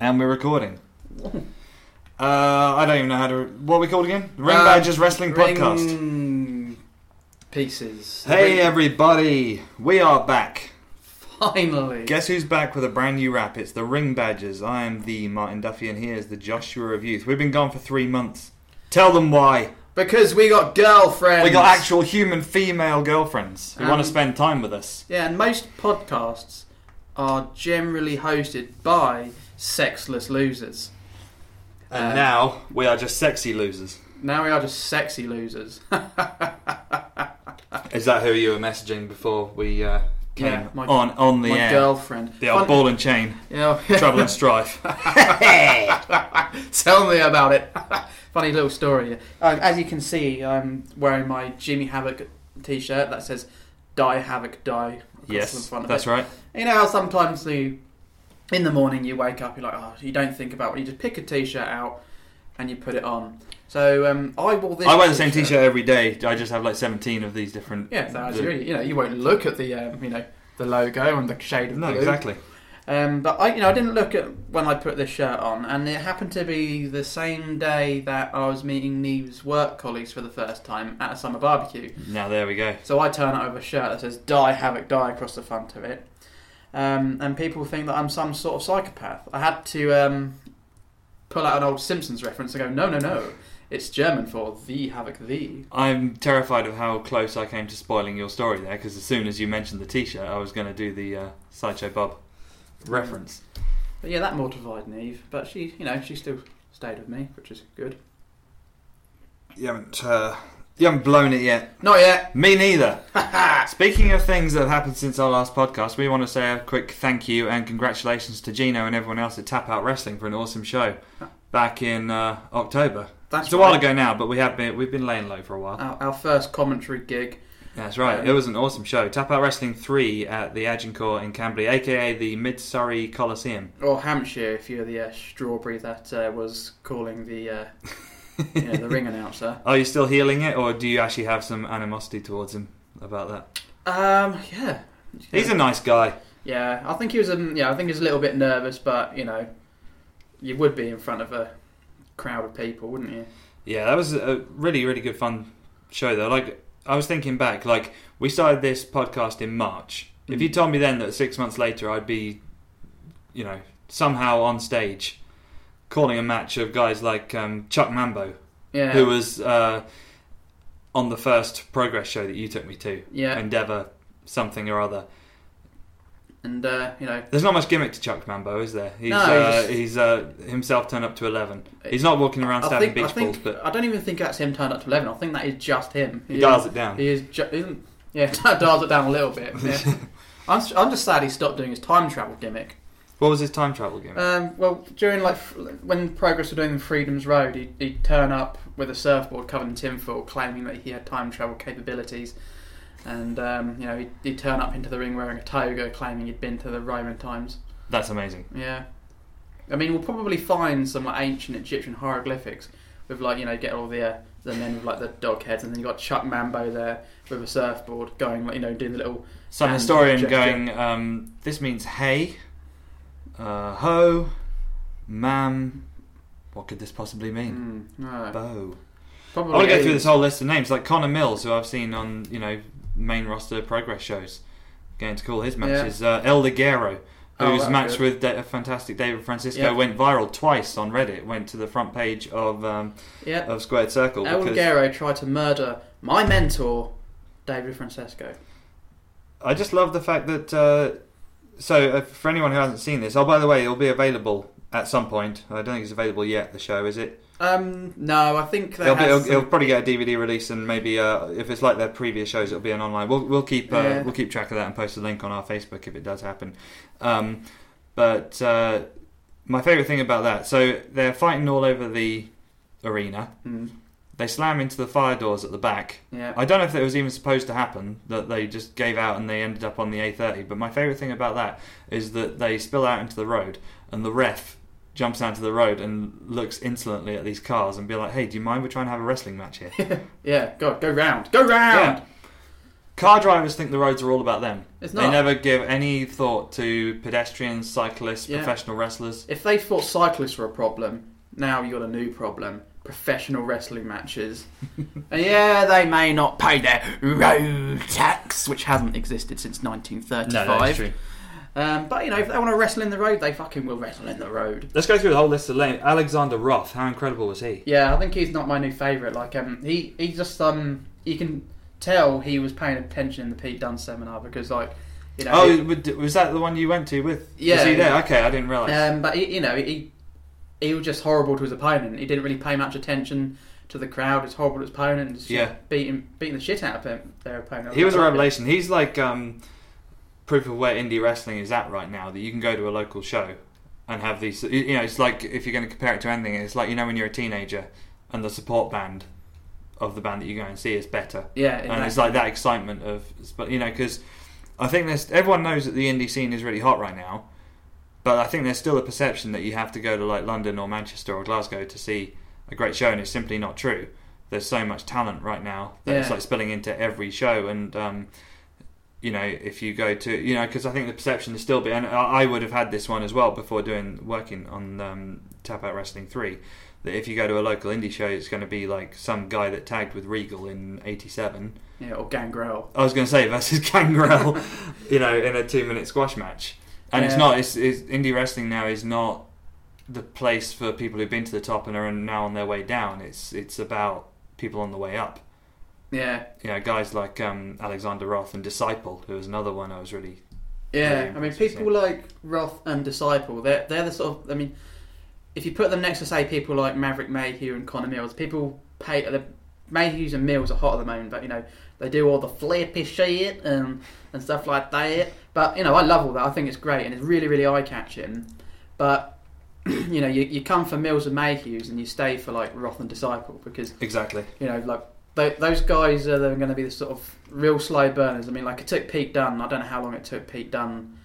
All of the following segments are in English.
And we're recording. Uh, I don't even know how to. What are we called again? Um, Ring Badgers Wrestling Podcast. Ring Pieces. Hey, um, Ring- everybody. We are back. Finally. Guess who's back with a brand new rap? It's the Ring Badgers. I am the Martin Duffy, and here's the Joshua of Youth. We've been gone for three months. Tell them why. because we got girlfriends. We got actual human female girlfriends who want Um, to spend time with us. Yeah, and most podcasts are generally hosted by sexless losers. And um, now Uh, we are just sexy losers. Now we are just sexy losers. Is that who you were messaging before we uh, came Yeah, my- on on the My air? girlfriend. The old Fun- ball and chain, Yeah. trouble and strife. Tell me about it. Funny little story. Uh, as you can see, I'm wearing my Jimmy Havoc t-shirt that says "Die Havoc Die." across the yes, front of that's it. right. You know how sometimes you, in the morning you wake up, you're like, oh, you don't think about it. You just pick a t-shirt out and you put it on. So um, I wore this. I wear the same T-shirt every day. I just have like seventeen of these different. Yeah, so the- actually, you know, you won't look at the um, you know the logo and the shade of No, blue. exactly. Um, but I, you know, I didn't look at when I put this shirt on, and it happened to be the same day that I was meeting Neve's work colleagues for the first time at a summer barbecue. Now there we go. So I turn over a shirt that says "Die Havoc Die" across the front of it, um, and people think that I'm some sort of psychopath. I had to um, pull out an old Simpsons reference and go, "No, no, no, it's German for the Havoc the." I'm terrified of how close I came to spoiling your story there, because as soon as you mentioned the T-shirt, I was going to do the uh, sideshow Bob reference. But yeah, that mortified Neve, but she, you know, she still stayed with me, which is good. You haven't, uh, you haven't blown it yet. Not yet. Me neither. Speaking of things that have happened since our last podcast, we want to say a quick thank you and congratulations to Gino and everyone else at Tap Out Wrestling for an awesome show back in uh, October. That's it's a while right. ago now, but we have been we've been laying low for a while. Our, our first commentary gig. That's right. Um, it was an awesome show. Tap Out Wrestling 3 at the Agincourt in Cambly, aka the Mid Surrey Coliseum. or Hampshire if you're the uh, strawberry that uh, was calling the uh, you know, the ring announcer. Are you still healing it, or do you actually have some animosity towards him about that? Um, yeah, He's a nice guy. yeah. I think he was um, yeah. I think he was a little bit nervous, but you know, you would be in front of a crowd of people, wouldn't you? Yeah, that was a really, really good fun show, though. Like, I was thinking back, like, we started this podcast in March. If you told me then that six months later I'd be, you know, somehow on stage calling a match of guys like um, Chuck Mambo, Yeah. who was uh, on the first progress show that you took me to, Yeah. Endeavour something or other. And uh, you know, There's not much gimmick to Chuck Mambo, is there? He's, No, uh, he's- he's uh, himself turned up to 11. He's not walking around I stabbing think, I, beach think balls, but I don't even think that's him turned up to eleven. I think that is just him. he dials is, it down. He is. Ju- isn't, yeah, dials it down a little bit. Yeah. I'm, s- I'm just sad he stopped doing his time travel gimmick. What was his time travel gimmick? Um, well, during like f- when Progress were doing Freedom's Road, he'd, he'd turn up with a surfboard covered in tinfoil, claiming that he had time travel capabilities, and um, you know he'd, he'd turn up into the ring wearing a toga, claiming he'd been to the Roman times. That's amazing. Yeah, I mean we'll probably find some like ancient Egyptian hieroglyphics with like you know get all the uh, the men with like the dog heads, and then you got Chuck Mambo there with a surfboard going like you know doing the little Some And historian Jack- going, um, this means hey, uh, ho, mam. What could this possibly mean? mm, no, Bo. I probably want to go through aliens. this whole list of names, like Connor Mills, who I've seen on you know main roster progress shows. Going to call his matches uh, El Ligero, Oh, whose that's match good. with da- fantastic David Francisco Yeah. went viral twice on Reddit. Went to the front page of um, Yeah. of Squared Circle El because Guerrero tried to murder my mentor, David Francesco. I just love the fact that. Uh, so, uh, for anyone who hasn't seen this, oh, by the way, it'll be available at some point. I don't think it's available yet. The show is it? Um, no, I think that It'll, be, has it'll, some- it'll probably get a DVD release, and maybe uh, if it's like their previous shows, it'll be an online. We'll, we'll keep uh, Yeah. we'll keep track of that and post a link on our Facebook if it does happen. Um, but uh, my favorite thing about that, so they're fighting all over the arena. Hmm, They slam into the fire doors at the back, yeah. I don't know if it was even supposed to happen that they just gave out and they ended up on the A30. But my favourite thing about that is that they spill out into the road and the ref jumps out to the road and looks insolently at these cars and be like, "Hey, do you mind? We're trying to have a wrestling match here." yeah, go go round, go round. Car drivers think the roads are all about them. It's They not. never give any thought to pedestrians, cyclists, Yeah. professional wrestlers. If they thought cyclists were a problem, now you got a new problem: professional wrestling matches. and yeah, they may not pay their road tax, which hasn't existed since 1935. true. Um, but you know, if they want to wrestle in the road, they fucking will wrestle in the road. Let's go through the whole list of names. Alexander Roth, how incredible was he? Yeah, I think he's not my new favourite. Like, um, he he just um, you can tell he was paying attention in the Pete Dunne seminar because like, you know, Oh, w- was that the one you went to with? Was Yeah. he there? Okay, I didn't realise. um, but he, you know, he he was just horrible to his opponent. He didn't really pay much attention to the crowd. He was horrible to his opponent. And just, you know, Yeah. beating beating the shit out of him, their opponent. he was a revelation. He's like um, proof of where indie wrestling is at right now. That you can go to a local show and have these. You you know, it's like if you're going to compare it to anything, it's like you know when you're a teenager and the support band of the band that you go and see is better, Yeah, exactly. and it's like that excitement of, but you know, because I think there's everyone knows that the indie scene is really hot right now, but I think there's still a perception that you have to go to like London or Manchester or Glasgow to see a great show, and it's simply not true. There's so much talent right now that it's Yeah. like spilling into every show, and um, you know, if you go to you know, because I think the perception is still be, and I I would have had this one as well before doing working on um, Tap Out Wrestling Three. That if you go to a local indie show, it's going to be like some guy that tagged with Regal in '87 yeah, or Gangrel. I was going to say versus Gangrel, you know, in a two-minute squash match, and it's Yeah. not. It's, it's indie wrestling now is not the place for people who've been to the top and are now on their way down. It's it's about people on the way up. Yeah, You know, guys like um, Alexander Roth and Disciple, who was another one I was really. yeah. Really I mean, impressive, people like Roth and Disciple. They're they're the sort of. I mean, if you put them next to say people like Maverick Mayhew and Connor Mills, people pay the Mayhews and Mills are hot at the moment, but you know they do all the flippy shit and and stuff like that. But you know, I love all that. I think it's great and it's really really eye catching. But you know, you, you come for Mills and Mayhews and you stay for like Roth and Disciple because Exactly. you know, like th- those guys are going to be the sort of real slow burners. I mean, like it took Pete Dunne. I don't know how long it took Pete Dunne.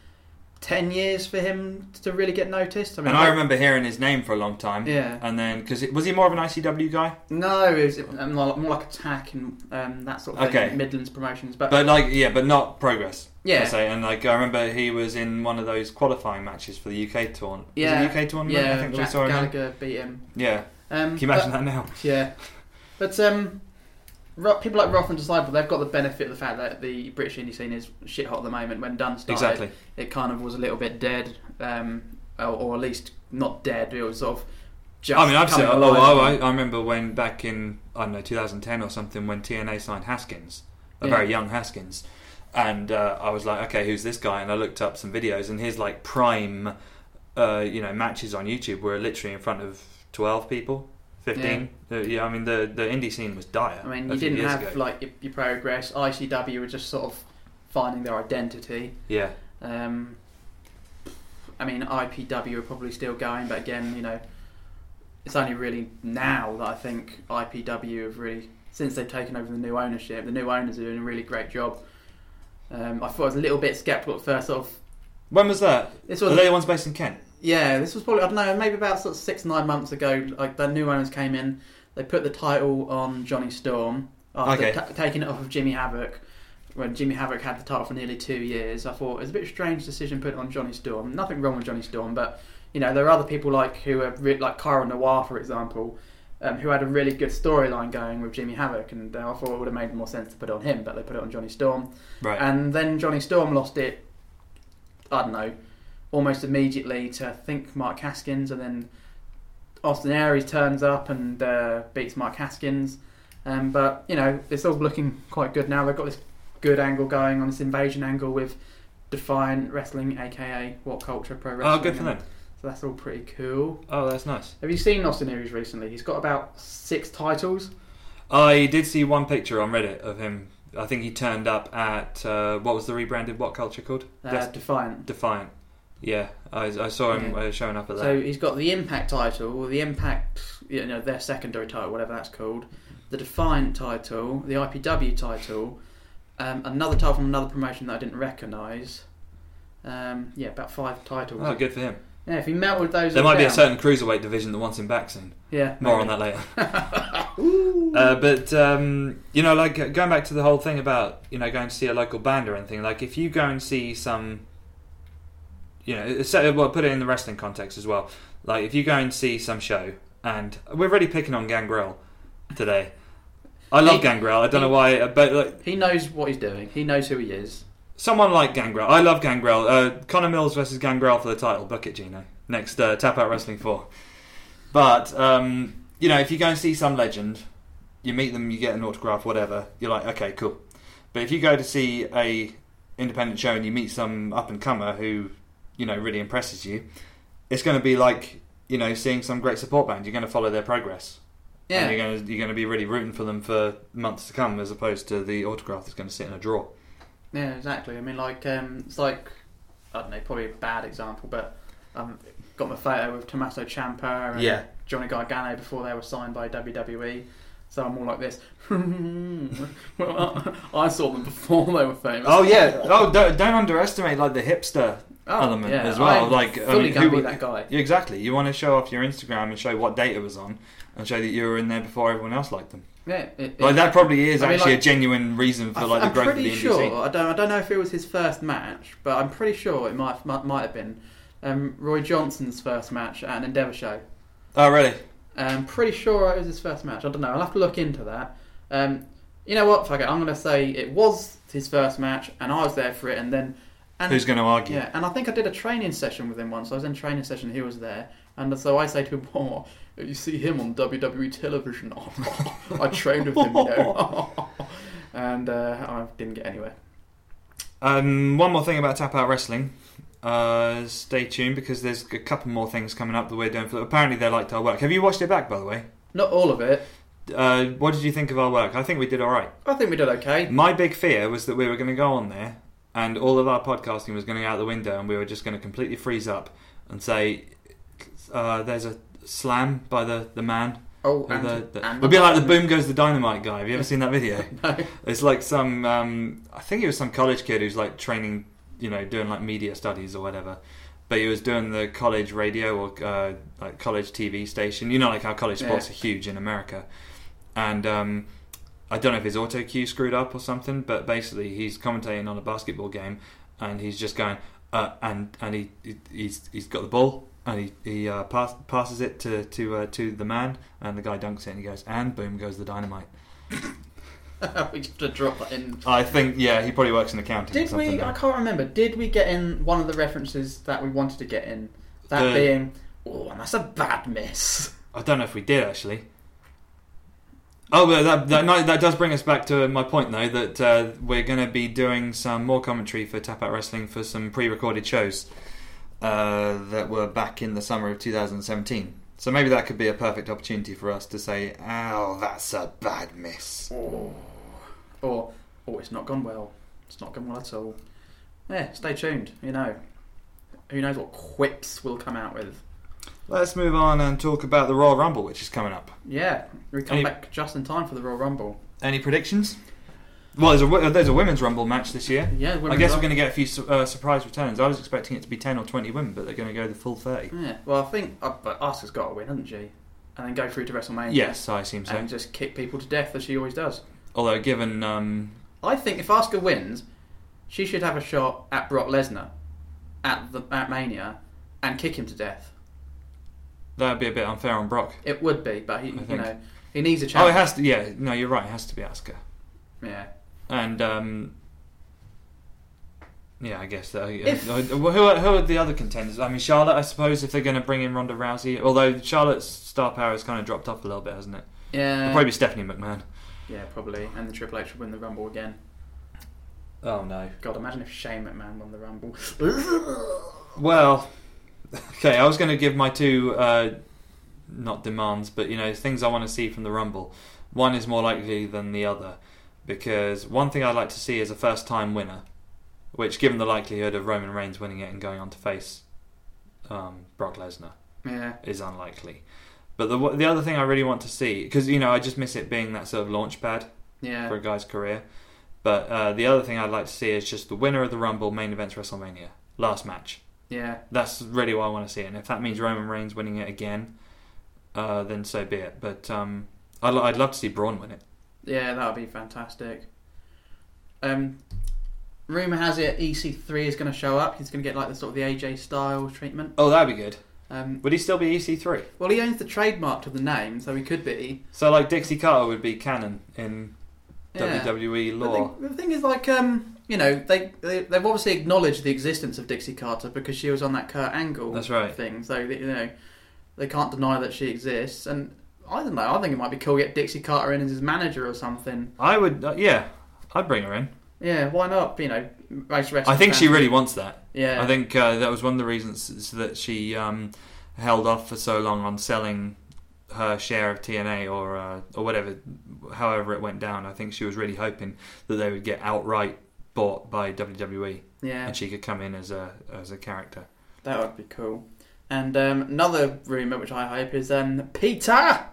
Ten years for him to really get noticed. I mean, and I like- remember hearing his name for a long time. Yeah. And then, because was he more of an ICW guy? No, it was um, more like- more like attack and um, that sort of Okay. thing. Midlands promotions, but, But like, yeah, but not progress. Yeah. I say. And like, I remember he was in one of those qualifying matches for the UK tour. yeah, was it UK tournament? yeah, I think that Jack we saw him. in? Gallagher beat him. Yeah. Um, Can you imagine that now? but- Yeah, but um, Ro- people like Roth and Disciple, they've got the benefit of the fact that the British indie scene is shit hot at the moment. When Dunne started, Exactly. it kind of was a little bit dead, um, or, or at least not dead. It was sort of just. I mean, I've seen. coming Oh, alive. oh, I, I remember when back in I don't know 2010 or something when TNA signed Haskins, a Yeah. very young Haskins, and uh, I was like, okay, who's this guy? And I looked up some videos, and his like prime, uh, you know, matches on YouTube were literally in front of 12 people, 15. Yeah, yeah I mean the the indie scene was dire. I mean, a you few didn't years have ago. like your, your progress. ICW were just sort of finding their identity. yeah. Um, I mean, IPW are probably still going, but again, you know, it's only really now that I think IPW have really, since they've taken over the new ownership, the new owners are doing a really great job. Um, I thought I was a little bit sceptical at first. Sort of, When was that? this Are was they the ones based in Kent? Yeah, this was probably I don't know, maybe about sort of six nine months ago. Like the new owners came in, they put the title on Johnny Storm after Okay. ta- taking it off of Jimmy Havoc. When Jimmy Havoc had the title for nearly two years, I thought it was a bit strange decision put it on Johnny Storm. Nothing wrong with Johnny Storm, but you know there are other people like who are re- like Cara Noir, for example, um, who had a really good storyline going with Jimmy Havoc, and uh, I thought it would have made more sense to put it on him, but they put it on Johnny Storm. Right. And then Johnny Storm lost it, I don't know, almost immediately to I think Mark Haskins, and then Austin Aries turns up and uh, beats Mark Haskins. Um, but you know, it's all looking quite good now. They've got this good angle going on this invasion angle with Defiant Wrestling, aka What Culture Pro oh, Wrestling. good for and- them. So that's all pretty cool. Oh, that's nice. Have you seen Austin Aries recently? He's got about six titles. I did see one picture on Reddit of him. I think he turned up at uh, what was the rebranded what culture called? Uh, Des- Defiant. Defiant. Yeah, I, I saw him Yeah. uh, showing up at that. So he's got the Impact title, or the Impact, you know, their secondary title, whatever that's called, the Defiant title, the IPW title, um, another title from another promotion that I didn't recognise. Um, yeah, about five titles. oh, good for him. Yeah, if he melted those, There all might be a down- certain cruiserweight division that wants him back soon. Yeah, More maybe. on that later. Uh, but um, you know, like uh, going back to the whole thing about you know going to see a local band or anything. Like if you go and see some, you know, uh, so, well, put it in the wrestling context as well. Like if you go and see some show, and we're really picking on Gangrel today. I love He- Gangrel. I don't he- know why, uh, but like He knows what he's doing. He knows who he is. someone like Gangrel. I love Gangrel. Uh, Connor Mills versus Gangrel for the title. Book it, Gino. Next uh, Tap Out Wrestling 4. But, um, you know, if you go and see some legend, you meet them, you get an autograph, whatever, you're like, okay, cool. But if you go to see a independent show and you meet some up and comer who, you know, really impresses you, it's going to be like, you know, seeing some great support band. You're going to follow their progress. And Yeah. you're going to you're going to be really rooting for them for months to come as opposed to the autograph that's going to sit in a drawer. Yeah, exactly. I mean, like, um, it's like, I don't know, probably a bad example, but um, got my photo with Tommaso Ciampa and Yeah. Johnny Gargano before they were signed by WWE. So I'm all like this. well, I, I saw them before they were famous. Oh yeah. Oh, don't, don't underestimate like the hipster Oh, element yeah, as well. I'm like, I fully mean, gonna who be would- that guy. Yeah, exactly. You want to show off your Instagram and show what date it was on, and show that you were in there before everyone else liked them. Yeah, it, Like that probably is I mean, actually like- a genuine reason for I- like the I'm growth of pretty the indie sure. scene. I don't. I don't know if it was his first match, but I'm pretty sure it might might, might have been um, Roy Johnson's first match at an Endeavour show. Oh really? I'm pretty sure it was his first match. I don't know. I'll have to look into that. Um, you know what? Fuck it. I'm going to say it was his first match, and I was there for it. And then, and Who's going to argue? yeah, and I think I did a training session with him once. I was in a training session. He was there, and so I say to him, "Oh, you see him on WWE television? Oh, I trained with him, you know." and uh, I didn't get anywhere. Um, one more thing about Tap Out Wrestling. Uh, stay tuned because there's a couple more things coming up that we're doing. For, apparently, they liked our work. Have you watched it back, by the way? Not all of it. Uh, what did you think of our work? I think we did all right. I think we did okay. My big fear was that we were going to go on there and all of our podcasting was going to go out the window and we were just going to completely freeze up and say, uh, there's a slam by the, the man. Oh, Or and, the, the, and it'd be like the Boom Goes the Dynamite guy. Have you ever seen that video? No. It's like some, um, I think it was some college kid who's like training, you know, doing like media studies or whatever. But he was doing the college radio or uh, like college TV station. You know, like how college sports Yeah. are huge in America. And um, I don't know if his auto cue screwed up or something, but basically he's commentating on a basketball game and he's just going, uh, and and he, he he's he's got the ball and he he uh, pass, passes it to to uh, to the man and the guy dunks it and he goes and boom goes the dynamite. we just had to drop that in. I think yeah, he probably works in accounting. or Did something we? now. I can't remember. Did we get in one of the references that we wanted to get in? That The- being, oh, and that's a bad miss. I don't know if we did actually. Oh, well, that that, no, that does bring us back to my point though that uh, we're going to be doing some more commentary for Tap Out Wrestling for some pre-recorded shows uh, that were back in the summer of 2017. So maybe that could be a perfect opportunity for us to say, "Oh, that's a bad miss." Oh. Or, oh, it's not gone well. It's not gone well at all. Yeah, stay tuned. You know, who knows what quips we'll come out with. Let's move on and talk about the Royal Rumble, which is coming up. Yeah, we come Any- back just in time for the Royal Rumble. Any predictions? Well, there's a wo- there's a women's Rumble match this year. Yeah, I guess we're going to get a few su- uh, surprise returns. I was expecting it to be 10 or 20 women, but they're going to go the full 30. gonna. Yeah, well, I think uh, but Asuka's got to win, hasn't she? And then go through to WrestleMania. Yes, I assume so. and just kick people to death as she always does. Although, given. Um, I think if Asuka wins, she should have a shot at Brock Lesnar at the at Mania and kick him to death. that would be a bit unfair on Brock. It would be, but he I you think- know he needs a Oh, it challenge. has to. Yeah, no, you're right. It has to be Asuka. yeah. And. Um, yeah, I guess. Uh, If- uh, who, are, who are the other contenders? I mean, Charlotte, I suppose, if they're going to bring in Ronda Rousey. Although Charlotte's star power has kind of dropped off a little bit, hasn't it? Yeah. It'll probably be Stephanie McMahon. Yeah, probably. And the Triple H will win the Rumble again. Oh, no. God, imagine if Shane McMahon won the Rumble. Well, okay, I was going to give my two, uh, not demands, but you know, things I want to see from the Rumble. One is more likely than the other because one thing I'd like to see is a first time winner, which, given the likelihood of Roman Reigns winning it and going on to face um, Brock Lesnar, yeah. is unlikely. But the, the other thing I really want to see, because you know, I just miss it being that sort of launch pad for Yeah. a guy's career. But uh, the other thing I'd like to see is just the winner of the Rumble main events WrestleMania last match. Yeah. That's really what I want to see, and if that means Roman Reigns winning it again, uh, then so be it. But um, I'd, lo- I'd love to see Braun win it. Yeah, that would be fantastic. Um, rumor has it EC3 is going to show up. He's going to get like the sort of the AJ Styles treatment. Oh, that'd be good. Um, Would he still be E EC3? well, he owns the trademark to the name, so he could be. So like Dixie Carter would be canon in Yeah. WWE But law. The, the thing is, like, um, you know, they, they they've obviously acknowledged the existence of Dixie Carter because she was on that Kurt Angle That's right. thing. So you know, they can't deny that she exists. And I don't know. I think it might be cool to get Dixie Carter in as his manager or something. I would, uh, yeah, I'd bring her in. Yeah, why not? You know, most wrestlers. I think she fans- really wants that. Yeah. I think uh, that was one of the reasons is that she um, held off for so long on selling her share of TNA or uh, or whatever, however it went down. I think she was really hoping that they would get outright bought by WWE Yeah. and she could come in as a as a character. That would be cool. And um, another rumor, which I hope, is um, Peter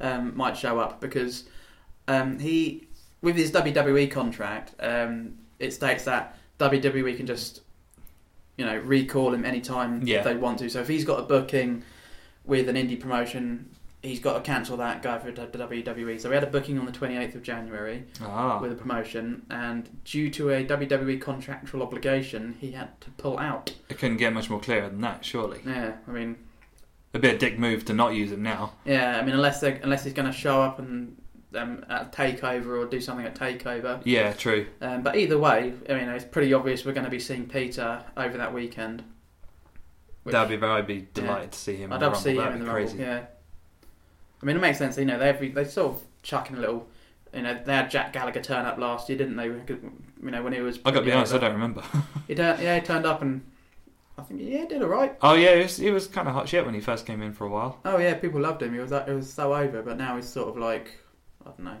um, might show up because um, he, with his WWE contract, um, it states that WWE can just, you know, recall him anytime Yeah. they want to. So if he's got a booking with an indie promotion, he's got to cancel that guy for WWE. E. So we had a booking on the 28th of January Ah, with a promotion, and due to a WWE contractual obligation, he had to pull out. it couldn't get much more clearer than that, surely. Yeah, I mean, A bit of dick move to not use him now. Yeah, I mean, unless they unless he's going to show up and um, at takeover or do something at takeover. Yeah, true. Um, but either way, I mean, it's pretty obvious we're going to be seeing Peter over that weekend. which That'd be very. I'd be Yeah. delighted to see him. I'd in the love to see Rumble. him That'd in the be Rumble. crazy. Yeah, I mean, it makes sense. You know, they every, they sort of chuck in a little. You know, they had Jack Gallagher turn up last year, didn't they? You know, when he was. I got to be honest, I don't remember. He turned, yeah, he turned up and I think yeah, he did all right. oh yeah, it was, it was kind of hot shit when he first came in for a while. Oh yeah, people loved him. He was that. It was so over, but now he's sort of like I don't know.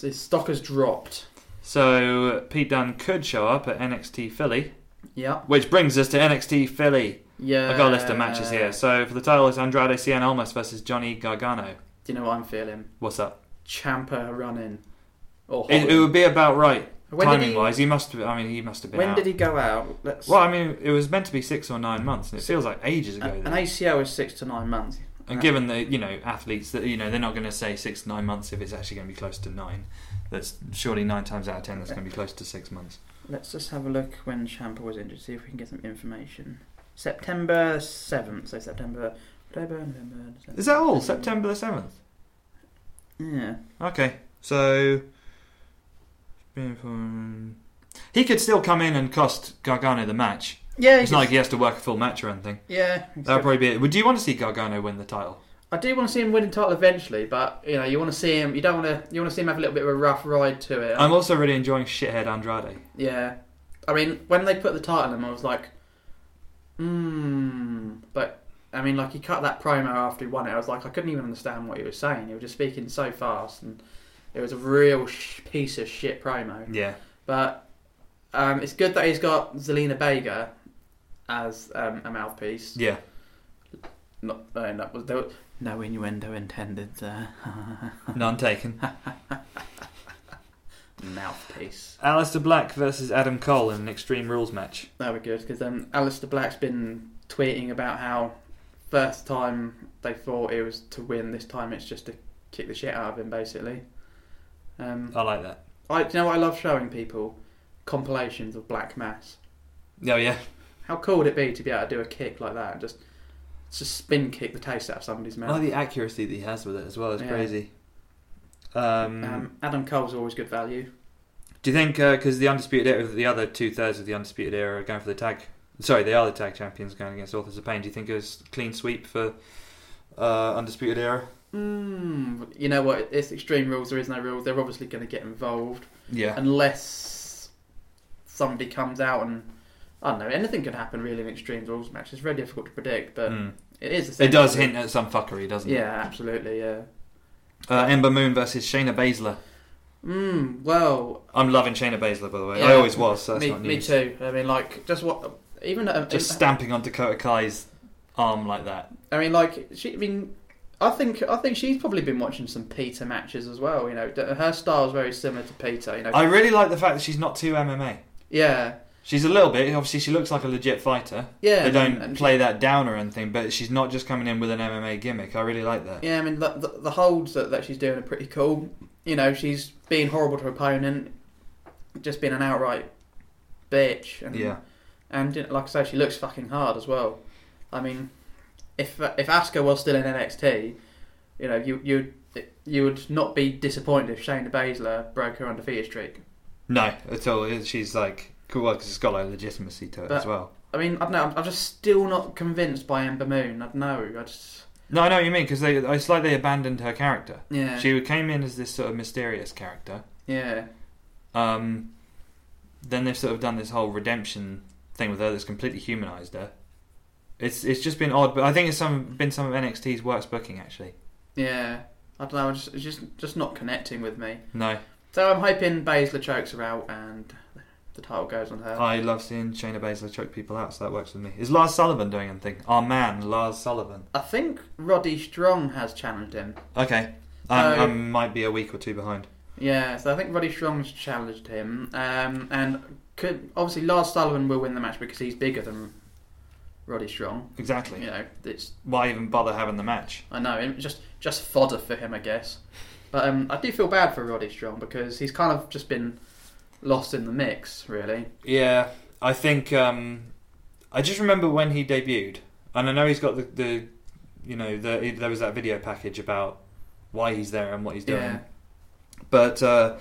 His stock has dropped. So Pete Dunne could show up at NXT Philly, Yeah. which brings us to NXT Philly. Yeah. I've got a list of matches Uh, here. So for the title, it's Andrade Cien Almas versus Johnny Gargano. Do you know what I'm feeling? What's up? Champa running. Or It, it would be about right Oh. When did he- timing wise. He must. Have, I mean, he must have been. when out. did he go out? Let's. Well, I mean, it was meant to be six or nine months, and it feels like ages ago. an then. an ACL is six to nine months. And given that you know athletes that you know they're not going to say six to nine months if it's actually going to be close to nine. That's surely nine times out of ten that's going to be close to six months. Let's just have a look when Champa was injured. See if we can get some information. September seventh. So September, October, November. December, Is that all? September the seventh. Yeah. Okay, so um, he could still come in and cost Gargano the match. Yeah. It's he gets- not like he has to work a full match or anything. Yeah. That'd probably be it. Would you want to see Gargano win the title? I do want to see him win the title eventually, but you know, you want to see him. You don't want to. You want to see him have a little bit of a rough ride to it. I'm also really enjoying shithead Andrade. yeah, I mean, when they put the title in, I was like, hmm. But I mean, like he cut that promo after he won it. I was like, I couldn't even understand what he was saying. He was just speaking so fast, and it was a real sh- piece of shit promo. Yeah, But um, it's good that he's got Zelina Vega as um, a mouthpiece. yeah. Not, uh, that was, there was no innuendo intended there. None taken. mouthpiece. Alistair Black versus Adam Cole in an Extreme Rules match. That would be good because um, Alistair Black's been tweeting about how first time they thought it was to win, this time it's just to kick the shit out of him, basically. Um, I like that. I, do you know what I love showing people? Compilations of Black Mass. Oh yeah. How cool would it be to be able to do a kick like that and just, just spin kick the taste out of somebody's Oh, mouth? the accuracy that he has with it as well is Yeah. crazy. Um, um, Adam Cole's always good value. do you think because the undisputed era, the other two thirds of the undisputed era are going for the tag? Sorry, they are the tag champions going against Authors of Pain. Do you think it was clean sweep for uh, undisputed era? Mm, you know what? It's extreme rules. There is no rules. They're obviously going to get involved. Yeah, unless somebody comes out and I don't know. Anything can happen really in extreme rules match. It's very difficult to predict, but Mm. it is. The it does hint at some fuckery, doesn't Yeah, it? absolutely. Yeah. Uh, Ember Moon versus Shayna Baszler. Mm, well, I'm loving Shayna Baszler, by the way. yeah, I always was. So that's me, not me news. too. I mean, like, just what even. um, Just stamping on Dakota Kai's arm like that. I mean, like, she. I mean, I think I think she's probably been watching some Peter matches as well. You know, her style's very similar to Peter. You know, I really like the fact that she's not too MMA. yeah. She's a little bit. Obviously, she looks like a legit fighter. Yeah, they don't and- and play that down or anything, but she's not just coming in with an MMA gimmick. I really like that. Yeah, I mean the, the, the holds that, that she's doing are pretty cool. You know, she's being horrible to her opponent, just being an outright bitch. And, Yeah. and you know, like I say, she looks fucking hard as well. I mean, if if Asuka was still in NXT, you know, you you you would not be disappointed if Shayna Baszler broke her undefeated streak. No, at all. She's like cool because it's got like legitimacy to it But- as well. I mean, I don't know. I'm, I'm just still not convinced by Ember Moon. I don't know. I just No, I know what you mean because they. It's like they abandoned her character. yeah She came in as this sort of mysterious character. yeah Um, then they've sort of done this whole redemption thing with her that's completely humanized her. It's it's just been odd, but I think it's some been some of NXT's worst booking actually. yeah. I don't know. I just, it's just just not connecting with me. No, So I'm hoping Baszler chokes her out and the title goes on her. I love seeing Shayna Baszler choke people out, so that works with me. Is Lars Sullivan doing anything? Our man, Lars Sullivan. I think Roddy Strong has challenged him. Okay, No. I, I might be a week or two behind. Yeah, so I think Roddy Strong's challenged him. Um, and could obviously Lars Sullivan will win the match because he's bigger than Roddy Strong. Exactly. You know, it's Why even bother having the match? I know it's just just fodder for him, I guess. But um, I do feel bad for Roddy Strong because he's kind of just been lost in the mix, really. Yeah, I think um, I just remember when he debuted, and I know he's got the, the you know the, there was that video package about why he's there and what he's doing. Yeah. But uh,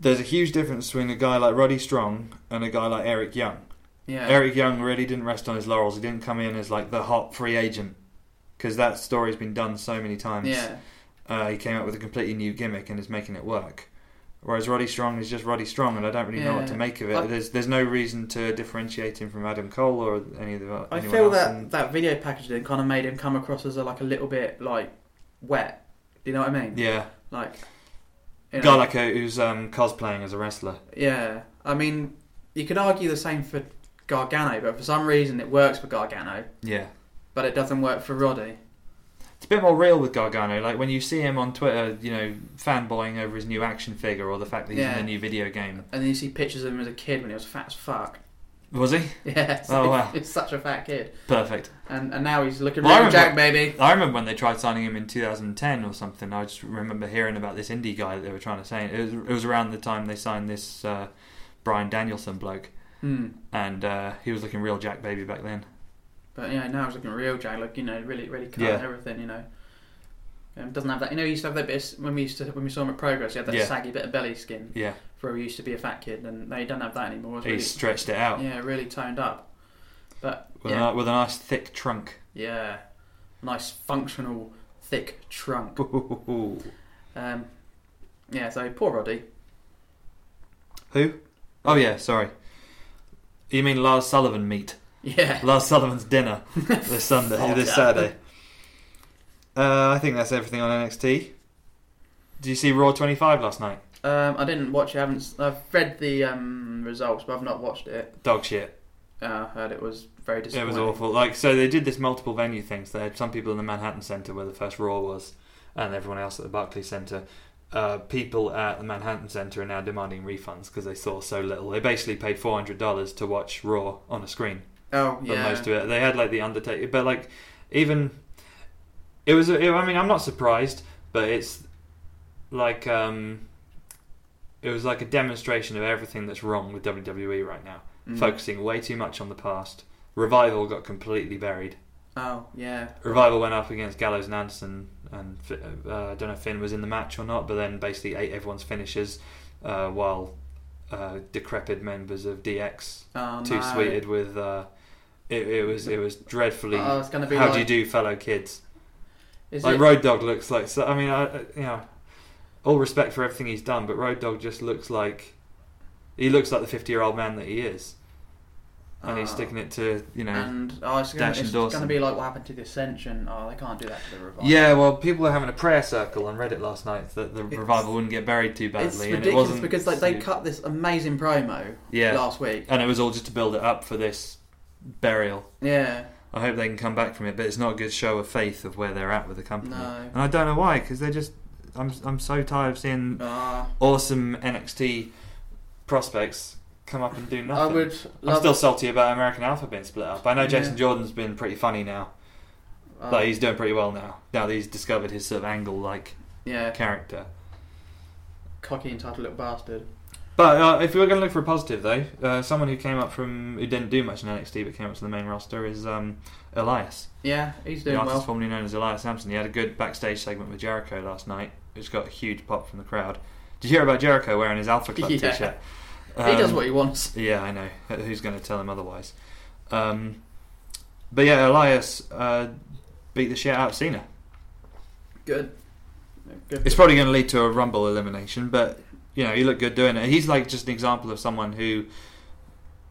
there's a huge difference between a guy like Roddy Strong and a guy like Eric Young. Yeah. Eric Young really didn't rest on his laurels. He didn't come in as like the hot free agent because that story's been done so many times. Yeah. Uh, he came up with a completely new gimmick and is making it work. Whereas Roddy Strong is just Roddy Strong, and I don't really know what to Yeah. make of it. I- there's there's no reason to differentiate him from Adam Cole or any of the. I anyone feel else that in- that video package then kind of made him come across as a, like a little bit like wet. Do you know what I mean? yeah, Like, you know, guy like a, who's um, cosplaying as a wrestler. yeah. I mean, you could argue the same for Gargano, but for some reason it works for Gargano, Yeah, but it doesn't work for Roddy. it's a bit more real with Gargano. Like when you see him on Twitter, you know, fanboying over his new action figure or the fact that he's Yeah. in a new video game. And then you see pictures of him as a kid when he was fat as fuck. Was he Yeah. It's Oh, wow. He's such a fat kid, perfect? and and now he's looking Well, I well, Jack, remember- baby. I remember when they tried signing him in 2010 or something. I just remember hearing about this indie guy that they were trying to sign. It was, it was around the time they signed this uh, Brian Danielson bloke, Hmm. and uh, he was looking real Jack Baby back then. But yeah, now he's looking real Jack, like you know, really, really cut Yeah. and everything, you know. Um, doesn't have that. You know, he used to have that bit of, when we used to when we saw him at Progress. He had that Yeah. saggy bit of belly skin Yeah, where he used to be a fat kid, and now he doesn't have that anymore. It's he stretched it out really, yeah, really toned up. But with, a, ni- with a nice thick trunk. yeah, nice functional thick trunk. Who? Um, yeah, so poor Roddy. Oh yeah, sorry. You mean Lars Sullivan meat? Yeah, Lars Sullivan's dinner this Sunday, Fuck this yeah. Saturday. Uh, I think that's everything on NXT. Did you see Raw 25 last night? um, I didn't watch. it, I haven't. s- I've read the um, results, but I've not watched it. Dog shit. Uh, I heard it was very It disappointing. was awful. Like so, they did this multiple venue thing. So they had some people in the Manhattan Center where the first Raw was, and everyone else at the Barclays Center. Uh, people at the Manhattan Center are now demanding refunds because they saw so little. They basically paid four hundred dollars to watch Raw on a screen Oh for yeah. most of it. They had like the Undertaker, but like even it was. It, I mean, I'm not surprised, but it's like um, it was like a demonstration of everything that's wrong with WWE right now Mm. focusing way too much on the past. Revival got completely buried. Oh yeah. Revival went up against Gallows and Anderson, and Fi- uh, I don't know if Finn was in the match or not, but then basically ate everyone's finishes uh, while uh, decrepit members of DX Oh, too no. sweeted with. Uh, it, it was it was dreadfully. Oh, it's gonna be how like, do you do, fellow kids? Is like it, Road Dog looks like. So I mean, I, I- you know, all respect for everything he's done, but Road Dog just looks like he looks like the fifty-year-old man that he is, and he's Oh. sticking it to you know. And oh, it's gonna, Dash and it's Dawson. gonna be like what happened to the Ascension. Oh, they can't do that to the revival. yeah, well, people were having a prayer circle on Reddit last night that the It's- revival wouldn't get buried too badly, it's and ridiculous it wasn't because like they cut this amazing promo Yeah, last week. and it was all just to build it up for this burial. Yeah, I hope they can come back from it, but it's not a good show of faith of where they're at with the company. Um, No. And I don't know why, because they're just. I'm I'm so tired of seeing Ah, awesome NXT prospects come up and do I nothing. would I'm love. still salty about American Alpha being split up. I know Jason Yeah. Jordan's been pretty funny now. uh, like he's doing pretty well now. Now that he's discovered his sort of angle like yeah, character. cocky entitled little bastard. But uh, if we were going to look for a positive though, uh, someone who came up from who didn't do much in NXT but came up to the main roster is um, Elias. Yeah, he's the doing artist well. formerly known as Elias Sampson. He had a good backstage segment with Jericho last night, which got a huge pop from the crowd. Did you hear about Jericho wearing his Alpha Club Yeah. t-shirt? he does Um, what he wants. Yeah, I know. Who's going to tell him otherwise? Um, but yeah, Elias uh, beat the shit out of Cena. Good. Good. It's probably going to lead to a Rumble elimination, but you know, he looked good doing it. He's like just an example of someone who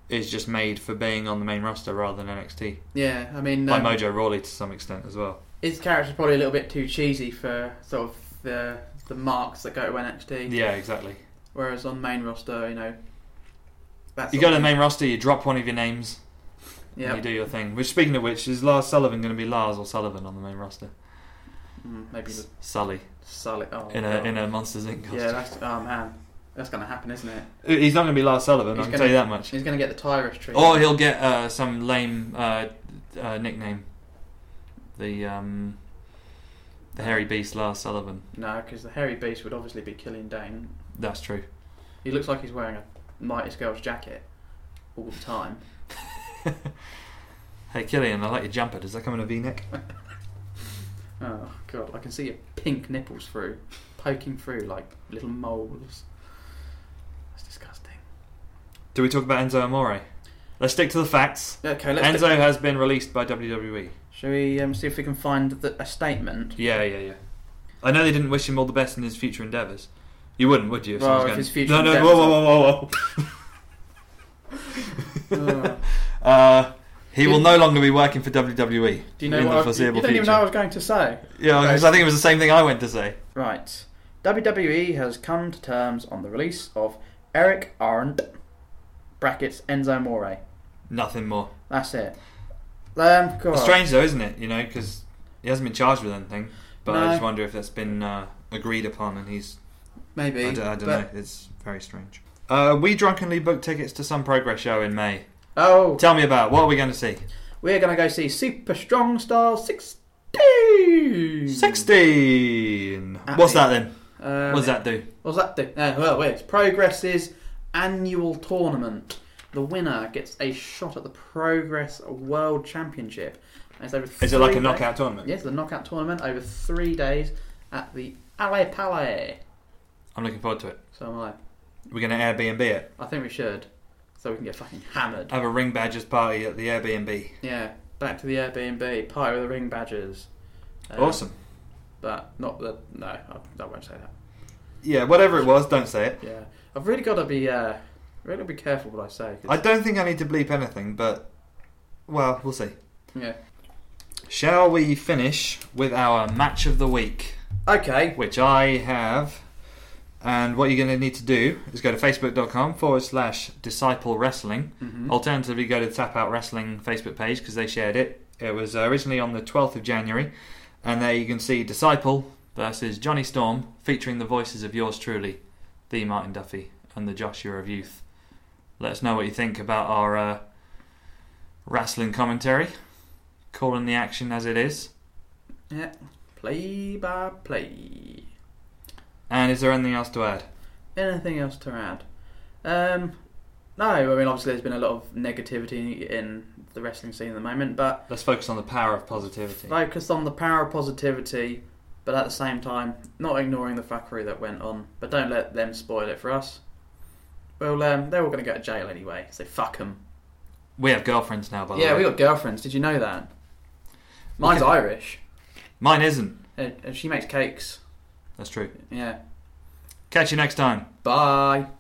is just made for being on the main roster rather than NXT. yeah, I mean, Like um, Mojo Rawley to some extent as well. his character's probably a little bit too cheesy for sort of the the marks that go to NXT. Yeah, exactly. Whereas on main roster, you know, that's You go to the main roster, you drop one of your names, and you Yeah, do your thing. Which, speaking of which, is Lars Sullivan going to be Lars or Sullivan on the main roster? Mm, maybe the Sully Sully. Oh, in a God. in a Monsters Inc. costume. yeah, that's oh man, that's gonna happen, isn't it? He's not going to be Lars Sullivan. He's I can gonna- tell you that much. He's gonna get the Tyrus tree. Or he'll get uh, some lame uh, uh, nickname. The um, the hairy beast Lars Sullivan. no, because the hairy beast would obviously be Killian Dane. That's true. He looks like he's wearing a Mightiest Girls jacket all the time. Hey Killian, I like your jumper. Does that come in a V-neck? Oh god, I can see your pink nipples through, poking through like little moles. That's disgusting. Do we talk about Enzo Amore? Let's stick to the facts. Okay, let's. Enzo has been released by E. WWE. Shall we um, see if we can find the, a statement? Yeah, yeah, yeah. I know they didn't wish him all the best in his future endeavours. You wouldn't, would you? if Well, someone's if going- his future no, no, endeavours whoa, whoa, whoa, whoa, whoa. Ugh. Uh, he will Did- no longer be working for WWE. Do you know in what? the I- foreseeable you don't future. even know what I was going to say. Yeah, because I think it was the same thing I went to say. Right. WWE has come to terms on the release of Eric Arndt, brackets Enzo More. Nothing more. That's it. Um, God. It's strange though, isn't it? You know, because he hasn't been charged with anything. But I No. just wonder if that's been uh, agreed upon, and he's. Maybe. I d- I don't but- know. It's very strange. Uh, we drunkenly booked tickets to some progress show in May. Oh, Tell me about it. what are we going to see? we're going to go see Super Strong Style 16. Sixteen. At What's the- that then? Um, What does that do? What's that do? Uh, well, wait. It's Progress's annual tournament. The winner gets a shot at the Progress World Championship. And It's over Is it like three a days- knockout tournament? Yes, the knockout tournament over three days at the Alley Palais. I'm looking forward to it. So am I. We're going to Airbnb it. I think we should, so we can get fucking hammered. Have a ring badgers party at the Airbnb. Yeah, back to the Airbnb, party with the ring badges. Uh, awesome. But not the no, I, I won't say that. Yeah, whatever it was, don't say it. Yeah, I've really got to be uh, really be careful what I say. 'cause- I don't think I need to bleep anything, but well, we'll see. yeah. Shall we finish with our match of the week, Okay. which I have? And what you're going to need to do is go to facebook.com forward slash disciple wrestling. Mhm. Alternatively, go to the Tap Out Wrestling Facebook page because they shared it. It was uh, originally on the 12th of January, and there you can see Disciple versus Johnny Storm featuring the voices of yours truly, the Martin Duffy and the Joshua of Youth. Let us know what you think about our uh, wrestling commentary, calling the action as it is. Yeah. Play by play. And is there anything else to add? Anything else to add? Um, no. I mean, obviously, there's been a lot of negativity in the wrestling scene at the moment, but Let's focus on the power of positivity. focus on the power of positivity, but at the same time, not ignoring the fuckery that went on. But don't let them spoil it for us. Well, um, they're all going to go to jail anyway, so fuck them. We have girlfriends now, by the Yeah, way. we got girlfriends. Did you know that? Mine's Okay. Irish, Mine isn't. and and she makes cakes. That's true. Yeah. Catch you next time. Bye.